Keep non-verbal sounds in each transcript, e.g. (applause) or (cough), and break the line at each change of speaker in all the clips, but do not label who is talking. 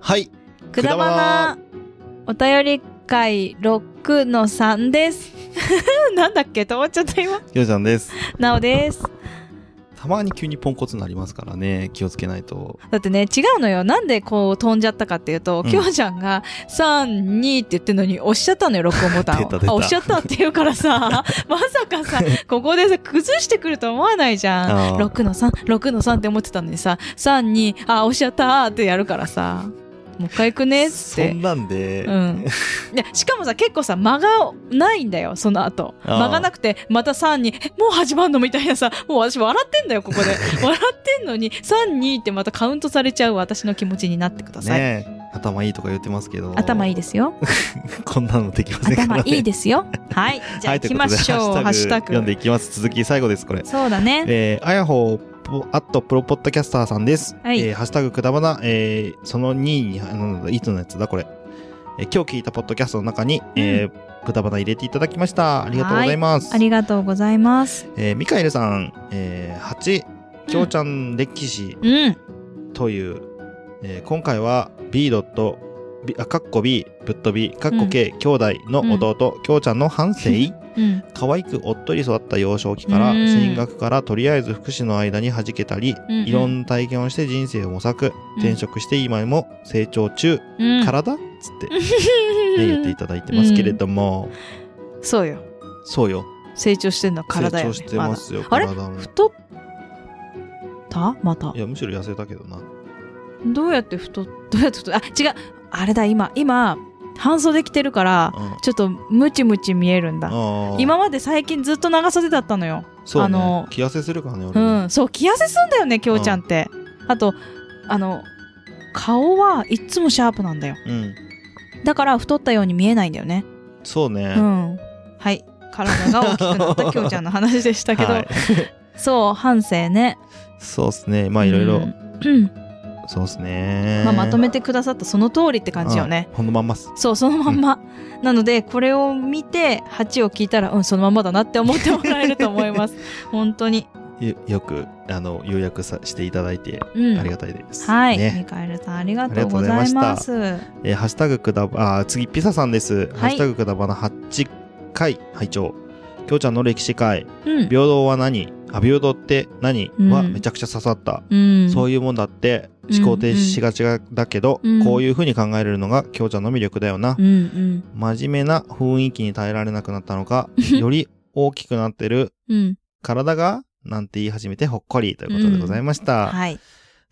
はい。
くだばなお便り会6の3です (laughs) なんだっけ止まっちゃった今
ようちゃんです。
なおです
たまに急にポンコツになりますからね。気をつけないと。
だってね違うのよなんでこう飛んじゃったかっていうと、
うん
きょうちゃんが「32」って言ってるのに押しちゃったのよ録音ボタン
(laughs) 出た出た
をあ押しちゃったって言うからさ (laughs) まさかさここでさ崩してくると思わないじ
あ
ゃん
ー
6の36の3って思ってたのにさ32あ押しちゃったってやるからさもう一回行くねっつっ
そ
て
んなんで、 (laughs)
うん、でしかもさ結構さ間がないんだよその後
あー
間がなくてまた3にえ「もう始まんの?」みたいなさもう私笑ってんだよここ
(laughs)
で笑ってんのに32ってまたカウントされちゃう私の気持ちになってください、
ねえ頭いいとか言ってますけど。
頭いい
い。
で
(laughs)
すよ
こんなのできませんからね。
頭いいですよはいじゃあ
(laughs) はい、
行
とい
き
うこ
ま
とで、 (laughs)
しょう、ハッシュタグ
読んでいきます。続き最後です、これ。
そうだね
えー、あやほぽあとプロポッドキャスターさんです。
はい
えーハッシュタグくだばな、えーその2に、あなんだ、いつのやつだ、これ。えー今日聞いたポッドキャストの中に、えーくだばな入れていただきました。ありがとうございます。
ありがとうございます
えーミカエルさん、えー、8、きょうちゃん歴史
うん
という、えー今回は B. ドット、B あ、かっこ B、ぶっ飛び、かっこ K、兄弟の弟、きょうちゃんの半
(laughs)
生、
うん
可愛くおっとり育った幼少期から、
うん
進学からとりあえず福祉の間に弾けたり、
うんうん
いろんな体験をして人生を模索、
うん
転職して今も成長中、
うん
体っつって、ね、言っていただいてますけれども、
そうよ
そうよ、
成長してんのは
成
体よ、
長
ね、
してますよ、
まだあれ
体も。
太ったまた
いや、むしろ痩せたけどな。
どうやって太っどうやって太っあ違うあれだ今今半袖着てるから
うん
ちょっとムチムチ見えるんだ
あー
今まで最近ずっと長袖だったのよ
そう、ね、
あの
気痩せするからね
う
俺ね、
んそう着痩せすんだよねきょうちゃんってあとあの顔はいっつもシャープなんだよ
うん
だから太ったように見えないんだよね
そうね、
うんはい体が大きく
(laughs)
なったきょうちゃんの話でしたけど、
はい (laughs)
そう反省ね
そうっすねまあいろいろ、
うん
そうっすね、
まあ、まとめてくださったその通りって感じよね
うんほんのまんまっす
そうそのまんま、なのでこれを見て8を聞いたらうんそのまんまだなって思ってもらえると思います
(laughs)
本当に、
よよくあの要約さしていただいて
うん、
ありがたいです、
はい、ミ
ね、
カエルさんありがとうございます
えーハッシュタグくだばあー次ピサさんです、
い
ハッシュタグくだばな8回拝聴きょうちゃんの歴史会
うん
平等は何あ平等って何、
うん
はめちゃくちゃ刺さった
うん
そういうもんだって思考停止しがちがだけど、
うん
こういうふうに考えれるのが京ちゃんの魅力だよな、
うんうん
真面目な雰囲気に耐えられなくなったのか
(laughs)
より大きくなってる
うん
体がなんて言い始めてほっこりということでございました、
はい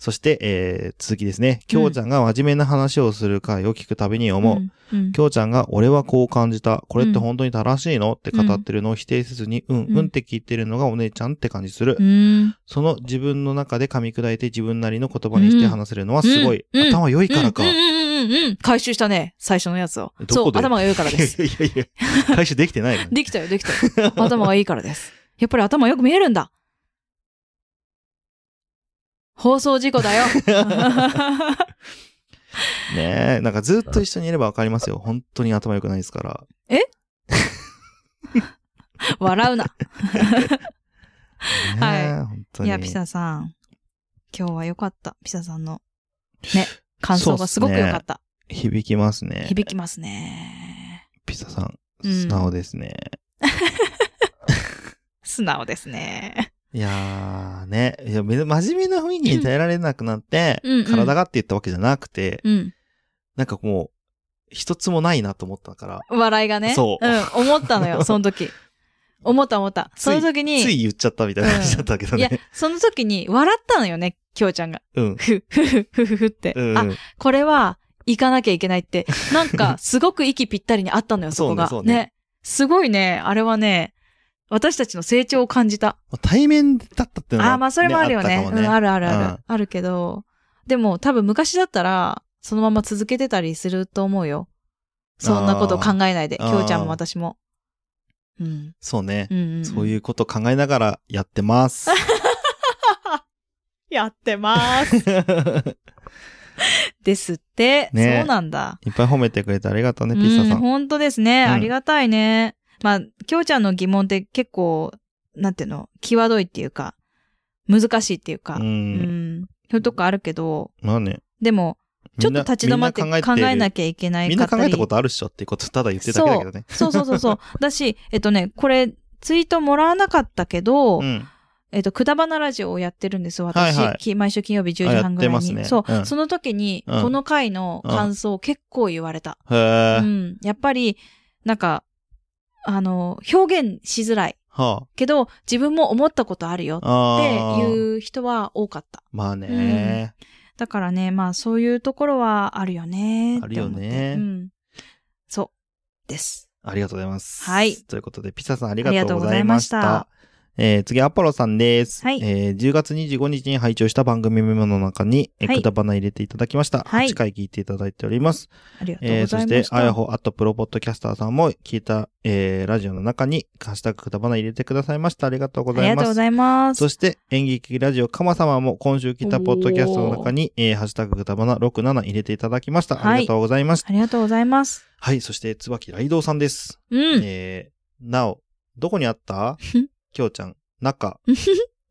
そして、えー続きですね京ちゃんが真面目な話をする回を聞くたびに思う、
うんうん
きょうちゃんが俺はこう感じた。これって本当に正しいのって語ってるのを否定せずに、うん、うんって聞いてるのがお姉ちゃんって感じする。
うん
その自分の中で噛み砕いて自分なりの言葉にして話せるのはすごい。
うんうん
頭良いからか。
うん
い
うんうんうん回収したね最初のやつを
どこで
そう頭が良いから
やい (laughs)
です
やい
(laughs)
や、回収できてないの
できたよできたよ頭がいいからですやっぱり頭よく見えるんだ放送事
(laughs)
故だよ
ねえ、なんかずっと一緒にいればわかりますよ。本当に頭良くないですから。
笑うな。
ねえ、
は
本当
い
に。
や、ピサさん。今日は良かった。ピサさんの、ね、感想がすごく良かった。
響きますね。
響きますね。
ピサさん、
うん
素直ですね。
素直ですね。
いやーね、いやめ真面目な雰囲気に耐えられなくなって、
うんうんうん
体がって言ったわけじゃなくて、
うん。
なんかもう、一つもないなと思ったから、
笑いがね。
そう
うん、思っ
(laughs)
たのよ、その時。思った思った。
つい
その時に、
つい言っちゃったみたいな感じだったけど
いや
ね。、
その時に笑ったのよね、きょうちゃんが。
うん。
ふ、ふふ、ふふふって。
うん。
あ、これは、行かなきゃいけないって。なんか、すごく息ぴったりにあったのよ、そこが。
そうねそうね
すごいね、あれはね、私たちの成長を感じた。
まあ対面だったっていうのは
あーまあそれもあるよね。
あったかも
うん、あるあるある。
うん
あるけど、でも多分昔だったら、そのまま続けてたりすると思うよ。そんなこと考えないで、き
あー
ょうちゃんも私も。うん。
そうね
う。ん、うん。。
そういううこと考えながらやって
(laughs)
ます。
やってます。
いっ
(laughs) ですって。
ね
そうなんだ。
ぱい褒めてくれてありがとうね、
う
ピッサ
ん、
さん。
本当ですね。
うん
ありがたいね。まあ、きょうちゃんの疑問って結構、なんていうの、際どいっていうか、難しいっていうか、
う。
うんん。そういうとこあるけど、
まあね。
でも、ちょっと立ち止まって
みん
考
な考えてる
えなきゃいけない
みん
か
な
った
考
り
えたことあるっしょっていうことただ言ってるだけだけどね。
そうそうそうそう。だし、えっとね、これ、ツイートもらわなかったけど、
うん。
えっと、くだばなラジオをやってるんですよ、私。
はいはい
き毎週金曜日10時半ぐらい
あやって
に。
ますね
そう、
うん
その時に、
うん
この回の感想を結構言われた。
へ
う
え。
ん。やっぱり、なんか、あの、表現しづらい。
は
けど、自分も思ったことあるよ
あ。
っ
あ
て
あ。
いう人は多かった。
まあね。
だからね、まあそういうところはあるよね。
あるよね
って思ってうん。そう。です。
ありがとうございます。
はい
ということで、ピサさんありがとうございまし
ありがとうござい
た。えー、次、アポロさんです。
はい
えー、10月25日に拝聴した番組メモの中に、えー
は
く
い
だばな入れていただきました。
はい
8回聞いていただいております。
ありがとう
え
ご
ー、そ
ざい
し
ま
て、
した。
あやほ、あとプロポッドキャスターさんも聞いた、えー、ラジオの中に、ハッシュタグくだばな入れてくださいました。ありがとうござ
あり
い
がと
ま
うご
す。
ざいます。
そして、演劇ラジオかま様も今週来たポッドキャストの中に、えー、ハッシュタグくだばな67入れていただきました。
はい
ありがとうございました。
ありがとうございます。
はい、そして、椿雷道さんです。
うん。
えー、なお、どこにあったきょうちゃん、中、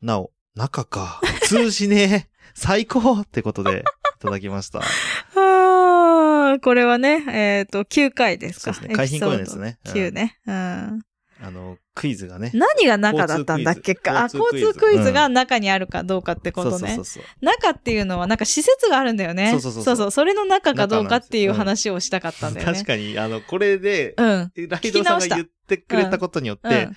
なお、中か。通じねえ。最高ってことで、いただきま
(laughs)
した。
あーこれはね、えっ、と、9回ですか。
そうですね海浜公園ですね
エピソード9ね。うん。
あの、クイズがね。
何が中だったんだっけか。あ、
交
交
通クイズ
通クイズが中にあるかどうかってことね
そう。そうそうそ
中っていうのはなんか施設があるんだよね。
そうそうそう
そ
そうう
そう。それの中かどうかっていう
中なん
話をしたかったんだ
う。
よね。
確かに、あの、これで、
うん。
ライドさんが言ってくれたことによって、
うん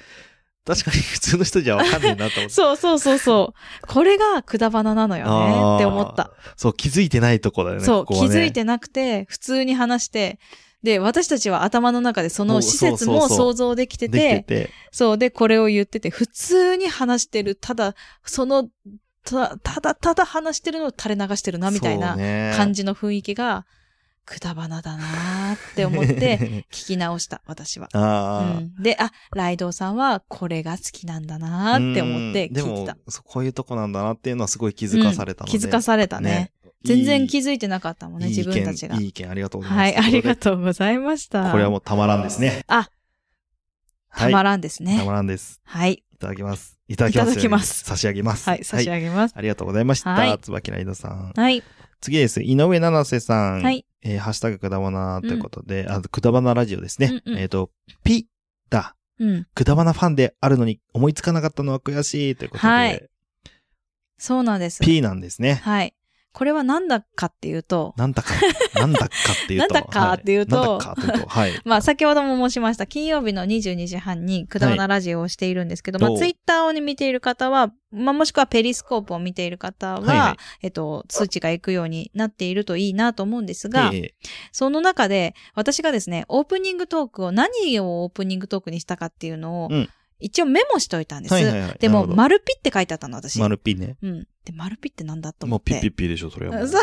確かに普通の人じゃわかんないなと思って。
そうそうそうそう。これがくだばななのよねって思った。
あー。そう、気づいてないとこだよね。
そう、
ここ
気
はね
づいてなくて、普通に話して、で、私たちは頭の中でその施設
も
も
うそうそうそう
想像できて
できて
て、
て。
そう、で、これを言ってて、普通に話してる、ただ、その、たただただ話してるのを垂れ流してるな、みたいな感
じ
じの雰囲気が、くだばなだなーって思
(laughs)
って、。聞き直した、私は。う
ああ。
ん、で、あ、ライドウさんはこれが好きなんだなーって思って
うん
聞いてた
で。もそう、こういうとこなんだなっていうのはすごい気づかされたので、
うん気づかされたね全然気づいてなかったもんね、
いい
自分たちが
いい意見、い。い意見ありがとうございま
は
す。
い、ありが
と
とうございました。
これはもうたまらんですね。
あ、
は
た
い、
ま
ら
らんです
ん。
ね。
たまらんです。
はい。
いただきます。いただきます。
いただきます
差し上げます。
はい、差し
はい
上げます。
ありがとうございました。
はい
椿ライドさん。
はい。
次です。井上七瀬さん。
はい。
えーハッシュタグくだばなということで、あくだばなラジオですね。
うんうん
えっ、と、ピだ。
うん。
くだばなファンであるのに思いつかなかったのは悔しいということで、
はいそうなんです。
P なんですね。
はい。これはなんだかっていうと、
なんだか、なんだかっていうと。
なんだかっていうと
はいなんだかっていうと。はい。
まあ、先ほども申しました、金曜日の22時半にくだばなラジオをしているんですけど、
はい
まあ、ツイッターを、ね、見ている方は、まあ、もしくはペリスコープを見ている方は、
はいはい
えっと、通知が行くようになっているといいなと思うんですが、
ええ
その中で、私がですね、オープニングトークを、何をオープニングトークにしたかっていうのを、
うん
一応メモしといたんです。
はいはいはい。
で
な
も、
るほど
丸ピって書いてあったの、私。
丸ピね。
うん。で、丸ピってなんだと思
もう
って。
ピッピッピでしょ、それはもう。
(laughs) そう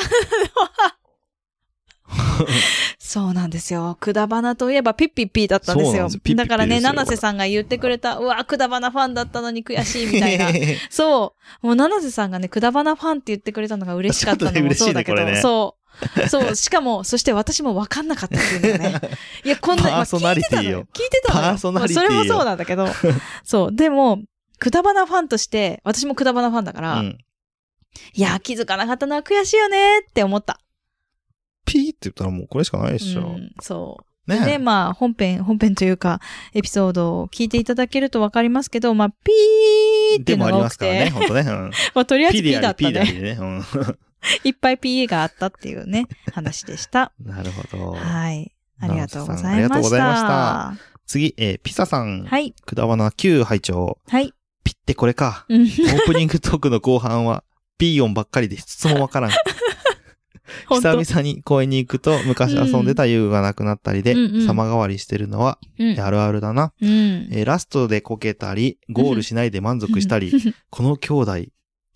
そうなんですよ。くだばなといえばピッピッピーだったんです
そうな
よ。
んですピッピッピー
だからね、
ですよ
七瀬さんが言ってくれた、うわ、くだばなファンだったのに悔しいみ
(laughs)
たいな。そう。もう七瀬さんがね、くだばなファンって言ってくれたのが嬉しかったのもそうだけ
ちょ
ど、
っとね嬉しいね
そう。そ
(laughs)
う。しかも、そして私もわかんなかったっていうのがね。いや、こんな、
パーソナリティよ
まあ聞いてたのよ。聞いてたのよ
パーソナリティよ
まあそれもそうなんだ
(laughs)
けど。そう。でも、くだばなファンとして、私もくだばなファンだから、
うん
いや、気づかなかったのは悔しいよねって思った。
ピーって言ったらもうこれしかないでし
う
ょ。
ん、そう。
ね
で、まあ、本編、本編というか、エピソードを聞いていただけるとわかりますけど、まあ、ピーって
で
いうの
もあり
が多
ま
く
すから
て、
ね、ほんとね。うん
(laughs) まあ、とりあえず
ピ
P
で
だ
あ
っ
り、ピで
た
あ
ね。
りね。うん
いっぱい PA があったっていうね、話でした。
なるほど。
はい。ありがとうござ
あり
い
がと
ま
うご
し。
ざいました次、えーピサさん。
はい。
くだばな9拝聴
はい。
ピってこれか。
うん
オープニングトークの後半は、ピー音ばっかりで一つもわからん。
本当
久々に公園に行くと、昔遊んでた遊具がなくなったりで、
うんうん
様変わりしてるのは、
うん
あるあるだな。
うん。
えーラストでこけたり、ゴールしないで満足したり、
(laughs)
この兄弟、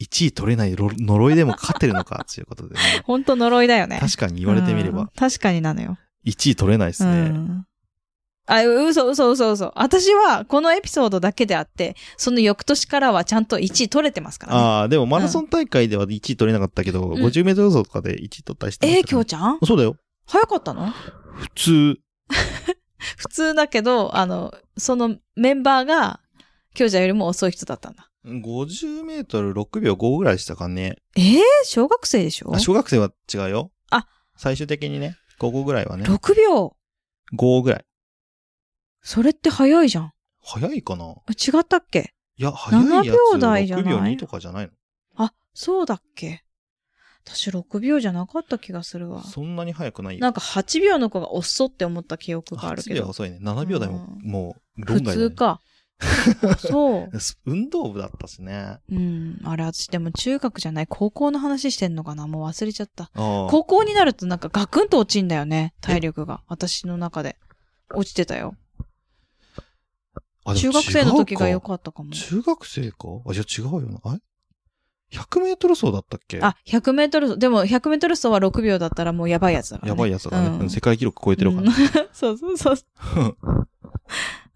1位取れないろ呪いでもかかってるの
(laughs)
か、ということでね。
本当呪いだよね。
確かに言われてみれ
うん
ば、
確かになのよ。
1位取れないです
う
ね。
ん。あ、嘘嘘嘘嘘。私は、このエピソードだけであって、その翌年からはちゃんと1位取れてますからね。
ああ、でもマラソン大会では1位取れなかったけど、
ん
50メートル走とかで1位取ったりしてま
え
し
ー、
た
き
か
ょ
ら
うちゃん
そうだよ。
早かったの
普通。
普通だけど、あの、そのメンバーが、きょうちゃんよりも遅い人だったんだ。
50メートル6秒5ぐらいでしたかね。
えー、小学生でしょ
あ小学生は違うよ。
あ、
最終的にね、5個ぐらいはね、
6秒
5ぐらい。
それって早いじゃん。あ
早いかな
違ったっけ
いや、早いやつ
7秒台じゃない
6秒2とかじゃないの
あ、そうだっけ私6秒じゃなかった気がするわ。
そんなに早くないよ。
なんか8秒の子が遅って思った記憶があるけ
8秒は
ど。
遅いね。7秒台も、
う
もう、
普
論外だね
通
(laughs)
か。そう。
運動部だったしね。
うん。あれ、私でも中学じゃない、高校の話してんのかなもう忘れちゃった。
ああ。
高校になるとなんかガクンと落ちんだよね。体力が。私の中で。落ちてたよ。
あで
中
も
学生の時が
違う
良かったかも。
中学生かあ、じゃあ違うよな。あれ ?100 メートル走だったっけ
あ、100メートル走。でも100メートル走は6秒だったらもうやばいやつだから、
や
ね。
ばいやつだね。
うん
うん世界記録超えてるから。
うんそうそうそう。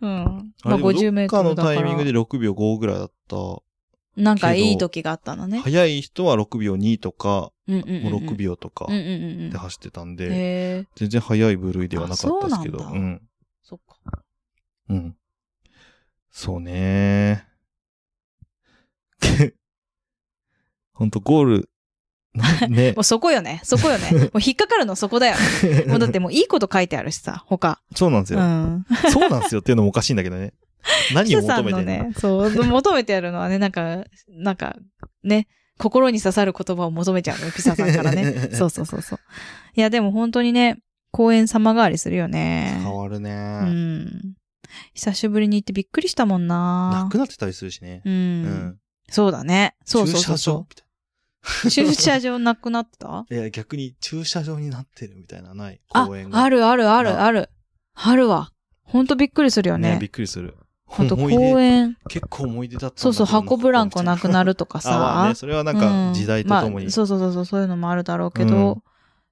うん。
(laughs) あ
まあ
れでも
50メート
ど
ル
っ
だ
かのタ
から。
イミングで6秒5ぐらいだった。
なんかいい時があったのね。
早い人は6秒2とか、
うんうんうん
も
う。
うん6秒とか
うんうんうんうん
で。走ってたんで、
へえ、
全然早い部類ではなかったですけど。
あそう
う
なん
ん。
そっか。
うん。そうね (laughs) ほんとゴー
(laughs)
ル、なね
もう。そこよね。そこ
(laughs)
よね。もう引っかかるのそこだよ。もうだってもういいこと書いてあるしさ、他。
そうなんです
う
よ。
ん。
そうなんですよっていうのもおかしいんだけ
(laughs)
どね。何を
記者さ
求め
ん
て
の
るの
ね、そう、求めてやるのはね、なんか、なんか、ね、心に刺さる言葉を求めちゃうのよ、ピサさんから
(laughs)
ね。そうそうそうそう。いや、でも本当にね、公園様変わりするよね。
変わるね、
うん。久しぶりに行ってびっくりしたもんな
な。くなってたりするしね。
う。。
うん
そうだね。そうそうそ
駐
うそ
車場
う。駐車場なくなった
みたいな。いや、逆に駐車場になってるみたいな、ない。(laughs)
あ
公園、が。
あるあるある
な
ある。あるわ。ほんとびっくりするよね。
びっくりする。
ほんと
思
公
い出、
園。
結構思い出だったんだけ
そ
ど
うそう、箱ブランコなくなるとか
(laughs) あまあ
さ
ね、。それはなんか
うん
時代とともに。
まあそうそうそうそう、そういうのもあるだろうけ
う
ど、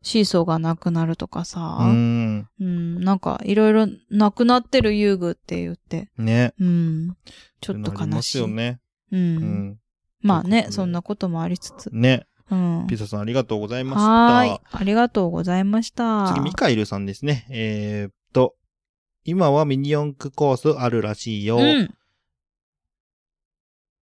シーソーがなくなるとかさ。
う
うん。
ん。
なんか、いろいろなくなってる遊具って言って。
ね。
うん。ちょっと
なり
悲
ま
し
す
い。
よね。
う。
うんん。
まあね
う、ん
そんなこともありつつ。
ね。
うん。
ピザさんありがとうございま
はーい
し。
ありがとうございました。
た。次、ミカエルさんですね。えーっと、今はミニ四駆コースあるらしいよ。
うん。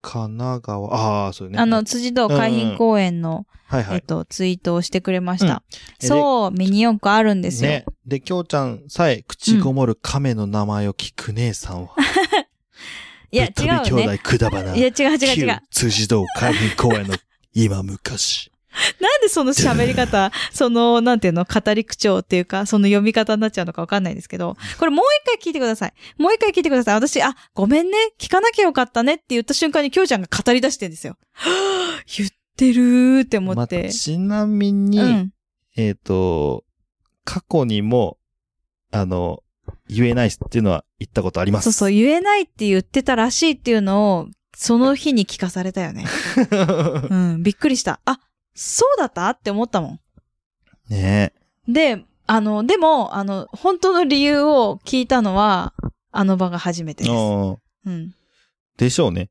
神奈川、ああ、そうね。
あの、、辻堂海浜公園の、
はいは
えっ
い。
と、ツイートをしてくれました。
うん
そう、ミニ四駆あるんですよ。
ね。で、きょうちゃんさえ口ごもる亀の名前を聞く姉さんは、
いや、違
ぶっ飛び
う
兄
ね。
弟くだばな。
いや、違う違う違う。なん
旧辻堂海浜公園の今昔。
でその喋り
(laughs)
方、その、なんていうの、語り口調っていうか、その読み方になっちゃうのかわかんないですけど、これもう一回聞いてください。もう一回聞いてください。私、あ、ごめんね、聞かなきゃよかったねって言った瞬間に、きょうちゃんが語り出してんですよ。はぁ言ってるーって思っ
ま
て。
ちなみに、
うん。
えっ、と、過去にも、あの、言えないっすっていうのは言ったことあります。
そうそう、言えないって言ってたらしいっていうのを、その日に聞かされた
(laughs)
よね。うん、びっくりした。あ、そうだったって思ったも
ね
ん。で、あの、でも、あの、本当の理由を聞いたのは、あの場が初めて
え。
です。
うん
うん。
でしょうね。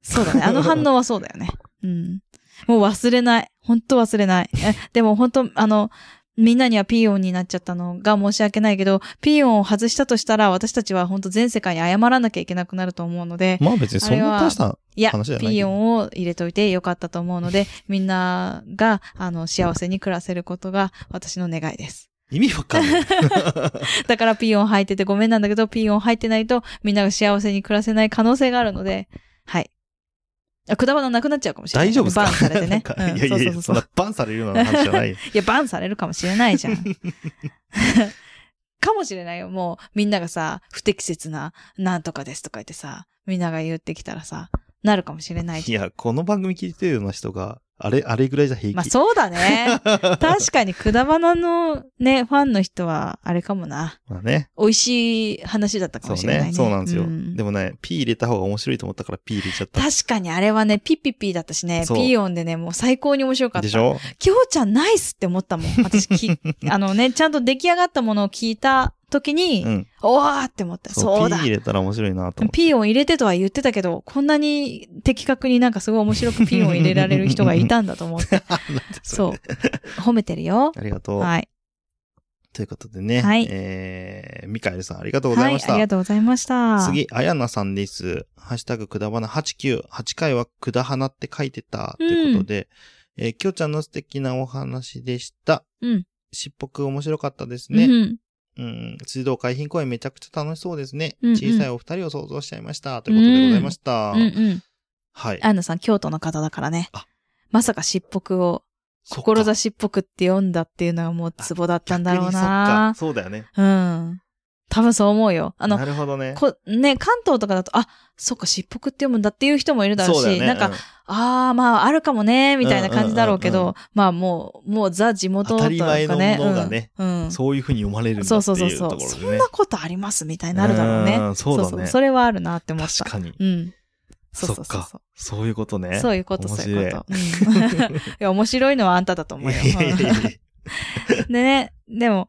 そうだね。あの反応はそうだよ
(laughs)
ね。うん。もう忘れない。本当忘れない。えでも本当、あの、みんなにはピーヨンになっちゃったのが申し訳ないけど、ピーヨンを外したとしたら、私たちは本当全世界に謝らなきゃいけなくなると思うので、
まあ別にそんな大した。
いや、ピ
話じゃないけど
ーヨンを入れといてよかったと思うので、
(laughs)
みんなが、あの、幸せに暮らせることが私の願いです。
意味わか
(laughs)
んない。
だからピーヨン入っててごめんなんだけど、ピーヨン入ってないと、みんなが幸せに暮らせない可能性があるので、はい。あ、くだばななくなっちゃうかもしれない。
大丈夫ですか
バンされて
なん
ね
か。
うん
いやいやいや、そ
そう
ん
そうそうそう。
なバンされるような話じゃない。
いや、バンされるかもしれな
(laughs)
いじゃん。かもしれないよ。もう、みんながさ、不適切な、なんとかですとか言ってさ、みんなが言ってきたらさ、なるかもしれ (laughs) ないじゃん
いや、この番組聞いてるような人が、あれ、あれぐらいじゃ平気。
まあそうだね。確かに、くだばなのね、ファンの人は、あれかもな。
(laughs) まあね。
美味しい話だったか
そ
も
う
しれないね。
ね。そうなんですよ。
ん
でもね、P 入れた方が面白いと思ったから P 入れちゃった。
確かにあれはね、ピッピッピーだったしね、ピ
そう
ー音でね、もう最高に面白かった。
でしょ
きょうちゃんナイスって思ったも
(laughs)
ん。私、きあのね、ちゃんと出来上がったものを聞いた時に、
うん。
おーって思った。そう
う P
だ
入。れたら面白いなと思って。
ピー音入れてとは言ってたけど、こんなに的確になんかすごい面白
(laughs)
くピー音入れられる人がいたんだと思って。そう。褒めてるよ。
ありがとう。
はい。
ということでね。
はい
えー、ミカエルさんありがとうございました。
はい、ありがとうございました。
次、あやなさんです。ハッシュタグくだばな89。8回はくだはなって書いてた。ということで、えーきょうちゃんの素敵なお話でした。
うん
しっぽく面白かったです
う
ね。
ん。
うん。水道海浜公園めちゃくちゃ楽しそうですね。
うんうん
小さいお二人を想像しちゃいました。ということでございました。
うんうん。
はい。
アンナさん、京都の方だからね
あ。
まさかしっぽくを、
そっか
志っぽくって読んだっていうのはもうツボだったんだろうな
逆に。そっか。そうだよね。
うん。多分そう思うよ。あの、
なるほどね。
こね、関東とかだと、あ、そっか、しっぽくって読むんだっていう人もいるだろうし、
そうだよね。
なんか、
う
ああ、まあ、あるかもね、みたいな感じだろうけど、
うんうん
まあ、もう、もうザ地元というかね。
当たり前のものがね
うん。うん
そういうふうに読まれるんだって
そ
いううと
そう
ころで
そう
ね。
そう。そんなことありますみたいになるだろうね。
うんそうだね
そうそれはあるなって思った。
確かに。
うん。そ
そ
うそう
っ
そう
か
そう。。
そういうことね。
そういうこと、そういうこと。うん (laughs) い
面 (laughs) 白い
や、面白いのはあんただと思うよ。
いやいやいやいや
でね、でも、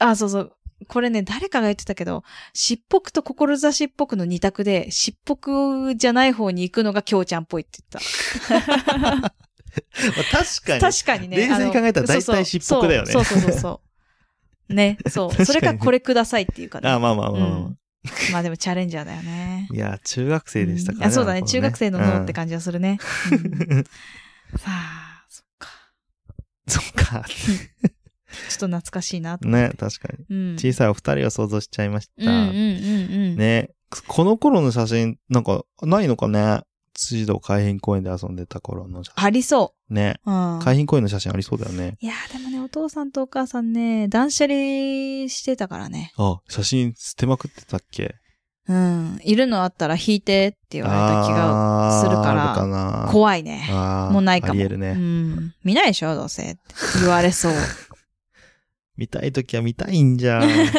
あ、そうそう。これね、誰かが言ってたけど、しっぽくと志っぽくの二択で、しっぽくじゃない方に行くのが京ちゃんっぽいって言っ
まあ確か
た。
に。
確かにね。
冷静に考えたら
あの
大体しっぽくだよね
そうそうそうそうそう。ね、そ
(laughs)
う。
確かに
それかこれくださいっていうかね。
あまあまあまあまあ、
うんまあでもチャレンジャーだよね。
(laughs) いや、中学生でしたから
あそうだね。
あの頃
中学生の脳って
うん
感じがする
(laughs)
ね。うんさあ、そっか。
そっか。
ちょっと懐かしいなと。
ね、確かに。
うん。
小さいお二人を想像しちゃいまし
うんうん
た。
うんうん。
ね。この頃の写真、なんか、ないのかね辻堂海浜公園で遊んでた頃の写
ありそ
真。ね。
う。うん。
海浜公園の写真ありそうだよね。
いやーでもね、お父さんとお母さんね、断捨離してたからね。
あ、写真捨てまくってたっけ
うん。いるのあったら引いてって言われた気
あー
がするから
あるかな
怖いね。
あー
もうないかも
ありえる
う
ね。
ん。見ないでしょどうせ。って言わ
(laughs)
れそう。
見たいときは見たいん
(laughs)
じゃん。ね。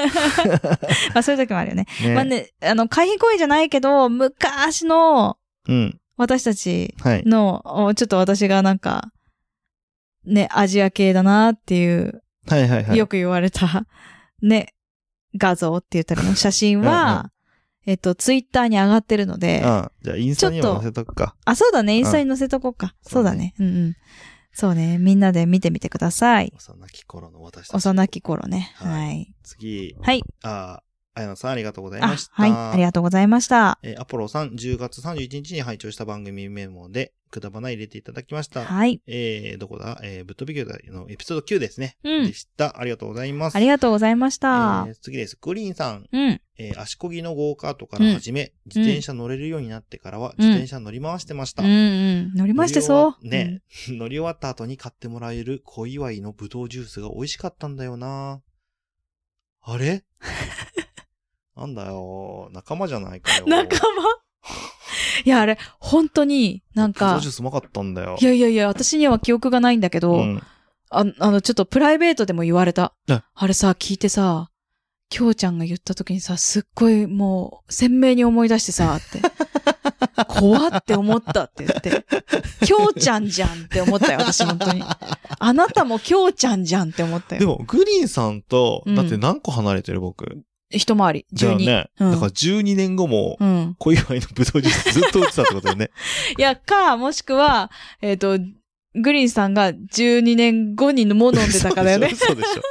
まあそういう時もあるよね。まあね、あの、会費行為じゃないけど、昔の
うん。
私たち
はい。
の、おちょっと私がなんか、ね、アジア系だなっていう、
はいはいはい。
よく言われた、ね、画像って言ったりの写真
うんう
は、えっと、ツイッターに上がってるので、
あじゃあインスタに
ちょっ
も
と
載せとくか。
あ、そうだね。インスタに載せとこうか。そ
そうう
だ
だ
ね
ね。
うんうん。そうね。みんなで見てみてください。
幼き頃の私たち。
幼き頃ね。
はい
はい。
次、
はい。
あ、あやなさんありがとうござい
あ
まし、た。
はい。ありがとうございました。
えーアポロさん、10月31日に拝聴した番組メモで、くだばな入れていただきました。
はい。
えー、どこだえー、ぶっ飛び兄弟のエピソード9ですね。
うん
でした。ありがとうございます。
ありがとうございました
え。ー次です。グリーンさん、
うん。
えー足こぎのゴーカートから始め、自転車乗れるようになってからは、
うん
自転車乗り回してました。
うんうん。乗りましてそう。
ね、乗り終わった後に買ってもらえる小祝いのぶどうジュースが美味しかったんだよなあ
(laughs)
れなんだよ。仲間じゃないかよ。
うん。 (laughs) 仲
(laughs)
間いや、あれ、本当に、なん
ぶど
か
うジュー、スうまかったんだよ。
いやいやいや、私には記憶がないんだけど、
うん、
ああの、ちょっとプライベートでも言われた。
え
あれさ、聞いてさ、きょうちゃんが言った時にさ、すっごいもう、鮮明に思い出してさ、 (laughs) って。怖って思ったって言って。きょうちゃんじゃんって思ったよ、私、本当に。あなたもきょうちゃんじゃんって思った
で
よ。
も、グリーンさんと、
うん
だって何個離れてる僕。
一回り、
だよ
12。
ね。
うん
だから12年後も、
うん。
小祝いのぶどうジュースずっと打ってたってことよ
(laughs)
ね。
いや、か、もしくは、えっ、と、グリーンさんが12年後にも飲んでたからよ
(laughs)
ね。
そうでしょ。そうでしょ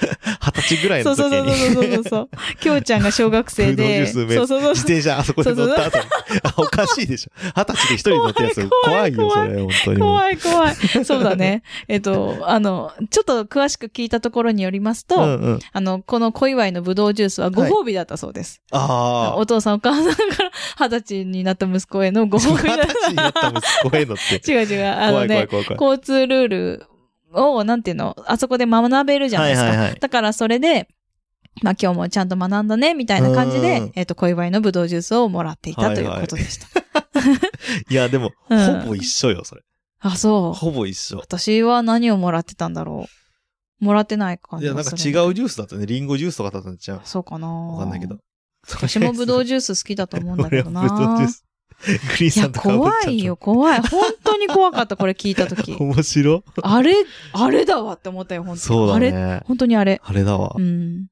二十歳ぐらい
そ
の
う
時
そうそう
に。
そうそうそう。きょうちゃんが小学生で。
ブドウジュー
そ
ス
う
め
そうそう
自。転車あそこで乗った後に。あ、おかしいでしょ。二十歳で一人乗ったやつ。
怖
怖
い
い
怖い
よ、それ、本当にもう。
怖い怖い。そう
(laughs)
だね。えっと、あの、ちょっと詳しく聞いたところによりますと、
うんうん。
あの、この小祝いのぶどうジュースはご褒美だったそうです。
ああ。
お父さんお母さんから二十歳になった息子への (laughs) ご
二
褒
十
美だっ
歳になった息子へのって。
た。違う違う。 (laughs) あ
怖い怖
の
い
ね、
怖い怖い。
交通ルールを、なんていうの、あそこで学べるじゃないですか。
はいはいはい
だからそれで、まあ今日もちゃんと学んだね、みたいな感じ
うんう
で
ん、
えっと、小祝いのぶどうジュースをもらっていた
はい
という
はい
ことでした。
いや、でも、
うん
ほぼ一緒よ、それ。
あ、そう。
ほぼ一緒。
私は何をもらってたんだろう。もらってない感
い
じ
や、
が
なん
す
か
る
違うジュースだったね。リンゴジュースとかだったんちゃう
そうかな
わかんないけど。。
私もブドウ
ジ
ジュース好きだと思うん
ュ
だけどな。
(laughs) 俺はブドウジュース。グリーン
い
さ
や、
んとかぶっ
怖
ちゃった
いよ、。怖い。本当に怖かった、これ聞いたとき。
(laughs) 面白。
あれ、あれだわって思ったよ、本当に。
そうだ
あれ、
ね。
本当にあれ。
あれだわ
う。ん。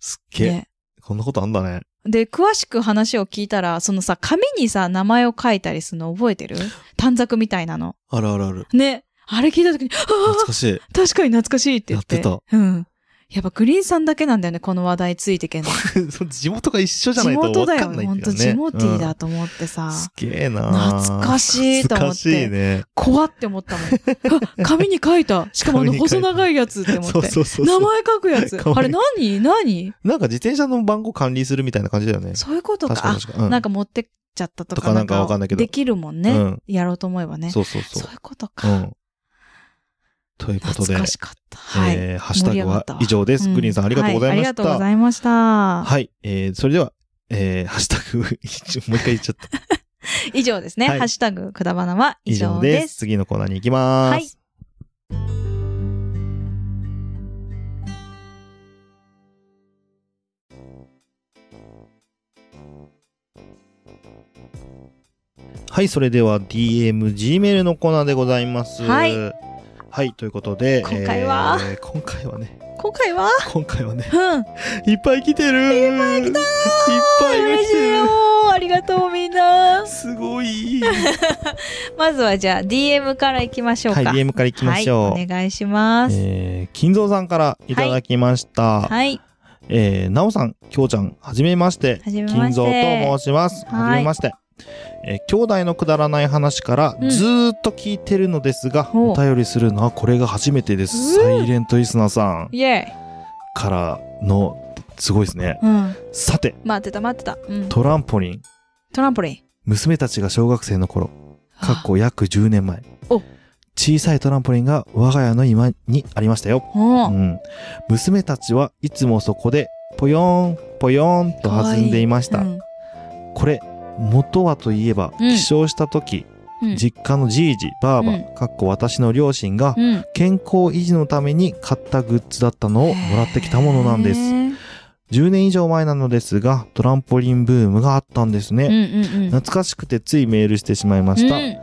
すっげえ。
ね。
こんなことあんだね。
で、詳しく話を聞いたら、そのさ、紙にさ、名前を書いたりするの覚えて
(laughs)
る短冊みたいなの。
あるあるある。
ね。あれ聞いたときに、あ
懐
あ
かしい。 (laughs)
確かに懐かしいって言って。
やって
た。うん。やっぱグリーンさんだけなんだよね、この話題ついてけんの。
そう地元が一緒じゃな
地
いと
元
分
だ
か
よ
ん
ね。
ない
ほ
ん
ん
だよ
と
ね。
地元
うん
だと思ってさ、
すげえな
懐かしいと思
懐
って
かしいね。
怖って思ったもん。
(laughs)
あ紙に書いた。しかもあの
紙に書
細
いた
長いやつって思っ
そう
て。
そうそう
名
そう。
前書くやつ。
かわいい
あれ何何
なんか自転車の番号管理するみたいな感じだよね。
そういうことか。
確かに確か
あ
に。
なん
か、
か持ってっちゃったと
と
か。
かなんかわかんないけど
できるもん
う
ね。
ん。
やろうと思えばね。
そうそうそ
そういうこと
う。う
か。
ん。ということで
懐、かしかった。はい。
えーハッシュタグは以上です。
うん
グリーンさんありがとうございました。
はありがとうございました。
はい。えー、それでは、えー、ハッシュタグ、一応もう (laughs) 一回言っちゃった。
以上ですね。
はい
ハッシュタグ、くだばなは以上
以
で
上
す。
次のコーナーに行きます。
はい
はい、それでは DM、Gmail のコーナーでございます。
はい
はい、ということで、
今回は
えー今回はね、
今回は、
今回はね、
うん。
いっぱい来てるいっぱい来たいっぱい
嬉
来
しい
て
よ
る
ーありがとうみんな
すごい
まずはじゃあ DM からいきましょうか。
はい、DM から行きましょう。
はい、お願いします。
えー、金蔵さんからいただきました。
はい。
えー、なおさん、きょうちゃん、はじめまして。
はじめま
金
して。
蔵と申します。
はい
はじめまして。えー兄弟のくだらない話から
うん
ずーっと聞いてるのですが、
ほう
お便りするのはこれが初めてです。
う
サ
ー
イレントリスナーさん
イェイ。
からの、すごいですね。
うん。
さて、
待ってた待ってた。うん。
トランポリン。
トランポリン。
娘たちが小学生の頃、かっ
いい。
こ約10年前
お。
小さいトランポリンが我が家の今にありましたよ。
お
う
ー
ん、娘たちはいつもそこでポヨーンポヨーンと弾んでいました
うん
これ元はといえば、
うん
起床した時、
うん
実家のじいじばあば、かっこ私の両親が
うん。
健康維持のために買ったグッズだったのをもらってきたものなんです
へー
10年以上前なのですがトランポリンブームがあったんです
うん
ね、
うんうん。
懐かしくてついメールしてしまいました、
うん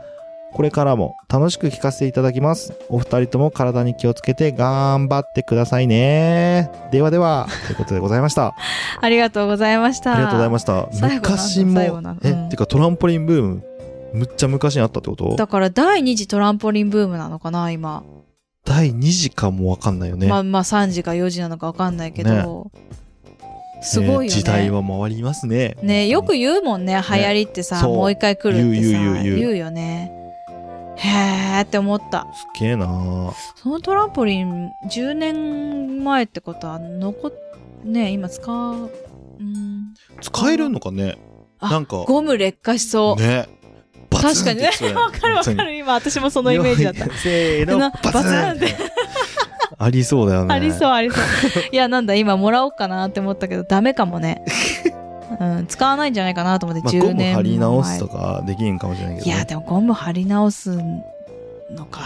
これからも楽しく聞かせていただきます。お二人とも体に気をつけて頑張ってくださいね。ではでは、ということでございま
(laughs)
した。
ありがとうございました。
ありがとうございま
し
した。
最後なんだ
昔も
最後なん、だ
え、
うん
てかトランポリンブーム、むっちゃ昔にあったってこと
だから第二次トランポリンブームなのかな、今。
第2次かもわかんないよね。
まあまあ3時か4時なのかわかんないけど。すごいよね。
えー時代は回りますね。
ねよく言うもんね、流行りってさ、
そう
もう一回来るってさ、
言う言う言う言う
よね。へーって思った。
すっげえなー
そのトランポリン、10年前ってことは、残っ、ね今使う、うん、
使えるのかね
あ
なんか、
ゴム劣化しそう。
ね。バツン
確かにね
って言ってたよ
(laughs) わ、かるわか
本当に
る、今、私もそのイメージだった。
せーの、
な
バツンって。ありそうだよね。
ありそう、あり
(laughs)
そう。いや、なんだ、今もらおうかなって思ったけど、ダメか
(laughs)
もね。うん、使わないんじゃないかなと思って、
まあ、
10
ゴム
年前。
貼り直すとかできんかもしれないけど、
い
ね。
や、でもゴム貼り直すのか。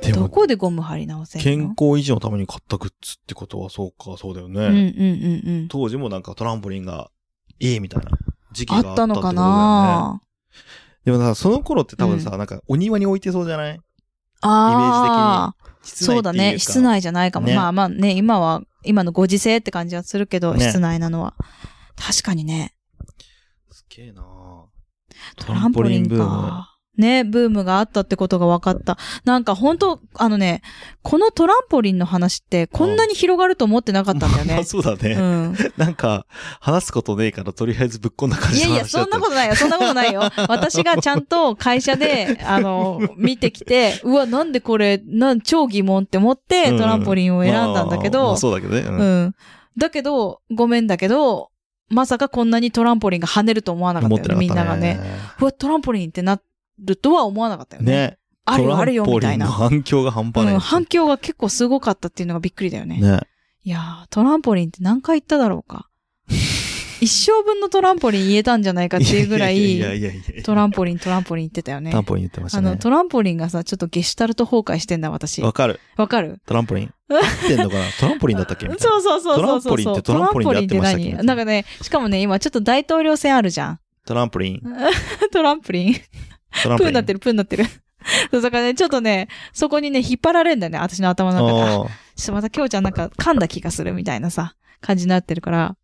で
ど
も、
こでゴム貼り直せる
健
の
康維持のために買ったグッズってことはそうか、そうだよね。
うんうんうんうん。
当時もなんかトランポリンがいいみたいな時期が
あ
あった
ったのか
ってことだよね
な
でもさ、その頃って多分さ、なんかお庭に置いてそうじゃない
ああ、
室内
そ
っ
う
てい
だ
うか
ね。室。内じゃないかも。
ね
まあまあね、今は、今のご時世って感じはするけど、
ね
室内なのは。確かにね。
すげえな
トランポリン
トランポリンブーム
か。ね、ブームがあったってことが分かった。なんか本当あのね、このトランポリンの話ってこんなに広がると思ってなかったんだよ
まあ (laughs)
ね。
そうだ
う
ね。
ん。
なんか、話すことねえからとりあえずぶっこんだ感
い
じ
や
の
いや、
(laughs) 話だ
そ
っ
ん
た
なことないよ。そんなこ
(laughs)
とないよ。私がちゃんと会社で、あの、見てきて、うわ、なんでこれ、なん、超疑問って思って、
うん
トランポリンを選んだんだけ
まあま
ど
あ、そうだけどね。うん
うん。だけど、ごめんだけど、まさかこんなにトランポリンが跳ねると思わなかった
思
よ
って
ね、
なかったね。
みんながね。。うわ、トランポリンってなるとは思わなかったよね。
ね。
あるよ、あるよ、みたい
ト
な。
ランポリンの反響が半端ない。
うん、反響が結構すごかったっていうのがびっくりだよね。
ね。
いやー、トランポリンって何回行っただろ
(laughs)
うか。一生分のトランポリン言えたんじゃないかっていうぐら
いやい
い、
やいやいや。
トランポリン、トランポリン言ってたよね
トラ。ンポリン言ってました
あの、
ね。
トランポリンがさ、ちょっとゲシュタルト崩壊してんだ、私。
わかる。
わかる
トランポリン。合ってん
(laughs)
のかなトランポリンだったっけみたいな
そうそうそうそうそうそう。
トランポリンってトランポリンで合ってましたっけ
トランポリンって何なんかね、しかもね、今ちょっと大統領選あるじゃん。 (laughs)
トランポリン。
トランプリン。
トランポリ
プーに
ン。
なってる、プーになってる。 (laughs) そう、だからね、ちょっとね、そこにね、引っ張られるんだよね、私の頭の中で。あ
あ
ちょっとまた今日ちゃんなんか噛んだ気がするみたいなさ、感じになってるから、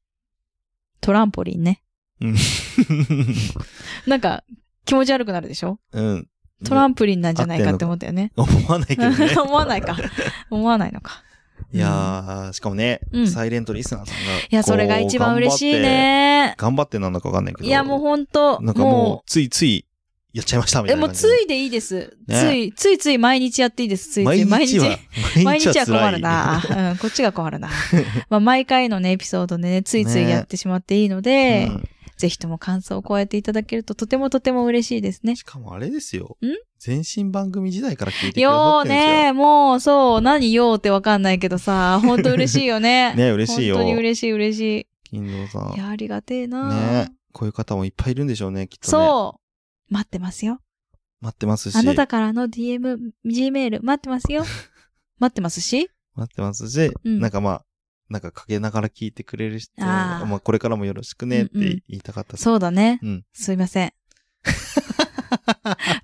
トランポリンね。
ー
なんか、気持ち悪くなるでしょ
うん。
トラ
ン
ンプリンなんじゃないかって思ったよね。 (laughs)
思わないけどね。
思わないか。思わないのか。
いやー、しかもね、
うん
サイレントリスナーさんが。
いや、それが一番嬉しいね。
こう。頑張って頑張ってなんだかわかんないけど。
いや、もうほんと、
なんかも
も
う、ついつい、やっちゃいました
う、
みた
え、
い
も
な感
う
じ
つ
で。
いでいいです。つ
ね
い、ついつい毎日やっていいです。ついつい。
毎日は、毎
毎
日
日
は
は困
辛
る
い。 (laughs)
な。うん、こっちが困るな。まあ、毎回のね、エピソードね、ついついやってしまっていいので、
うん
ぜひとも感想をこうやっていただけると、とてもとても嬉しいですね。
しかもあれですよ
ん。
全身番組時代から聞いてくださ
よ
っ
ー
てるんですよ。。
ね、もう、そう、何よーってわかんないけどさ、ほんと嬉しいよね
ね嬉しいよ
本当に嬉しい嬉し
金蔵さ
い。いや、ありがてえ
ん。
な、
ねこういう方もいっぱいいるんでしょうね、きっとね。
そう。待ってますよ。
待ってますし。
あなた
待
からの DM、G メール待ってます
(laughs)
よ。待ってますし。
ってますし、
うん
なんかまあ、なんかかけながら聞いてくれる人、
あー
まあこれからもよろしくねって
うんう
言
ん
いたかったです
そうだね。
うん
すいません。 (laughs)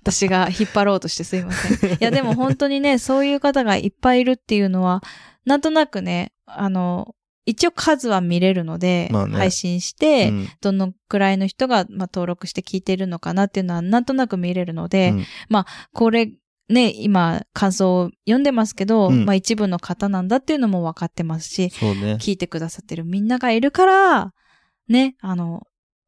私が引っ張ろうとしてすいません。いや、でも本当に
(laughs)
ね、そういう方がいっぱいいるっていうのは、なんとなくね、あの、一応数は見れるので、
まあね
配信して、
うん
どのくらいの人が、まあ、登録して聞いてるのかなっていうのは、なんとなく見れるので、
うん
まあ、これ、ね、今、感想を読んでますけど、
うん
まあ一部の方なんだっていうのも分かってますし、
そうね。
聞いてくださってるみんながいるから、ね、あの、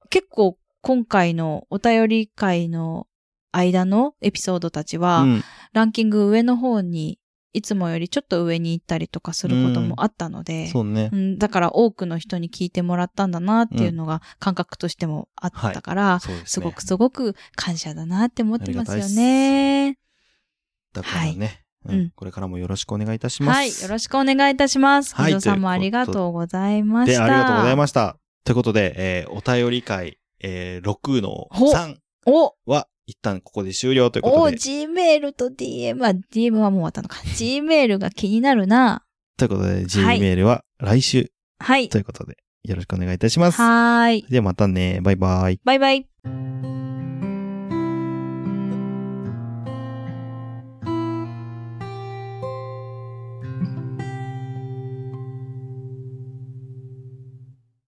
結構今回のお便り会の間のエピソードたちは、
うん
ランキング上の方に、いつもよりちょっと上に行ったりとかすることもあったので、
そうね
う。ん、だから多くの人に聞いてもらったんだなっていうのが感覚としてもあったから、
そうですね。
すごくすごく感謝だなって思ってますよ
あ
ね。
だからね、
はい
うん
うん
これからもよろしくお願いいたします。
はい。よろしくお願いいたします。
はい
水戸さんも
ということで
ありがとうございまし
で、
た。
ありがとうございました。ということで、えーお便り会、えー、6の
ほ
3
お
は、一旦ここで終了というこ
お
とで。
Gmail と DM は、DM はもう終わったのか。Gmail が気になるな。
ということで、Gmail は来週
はい。
ということで、よろしくお願いいたします。
はーい。
ではまたね。バイバイ。
バイバイ。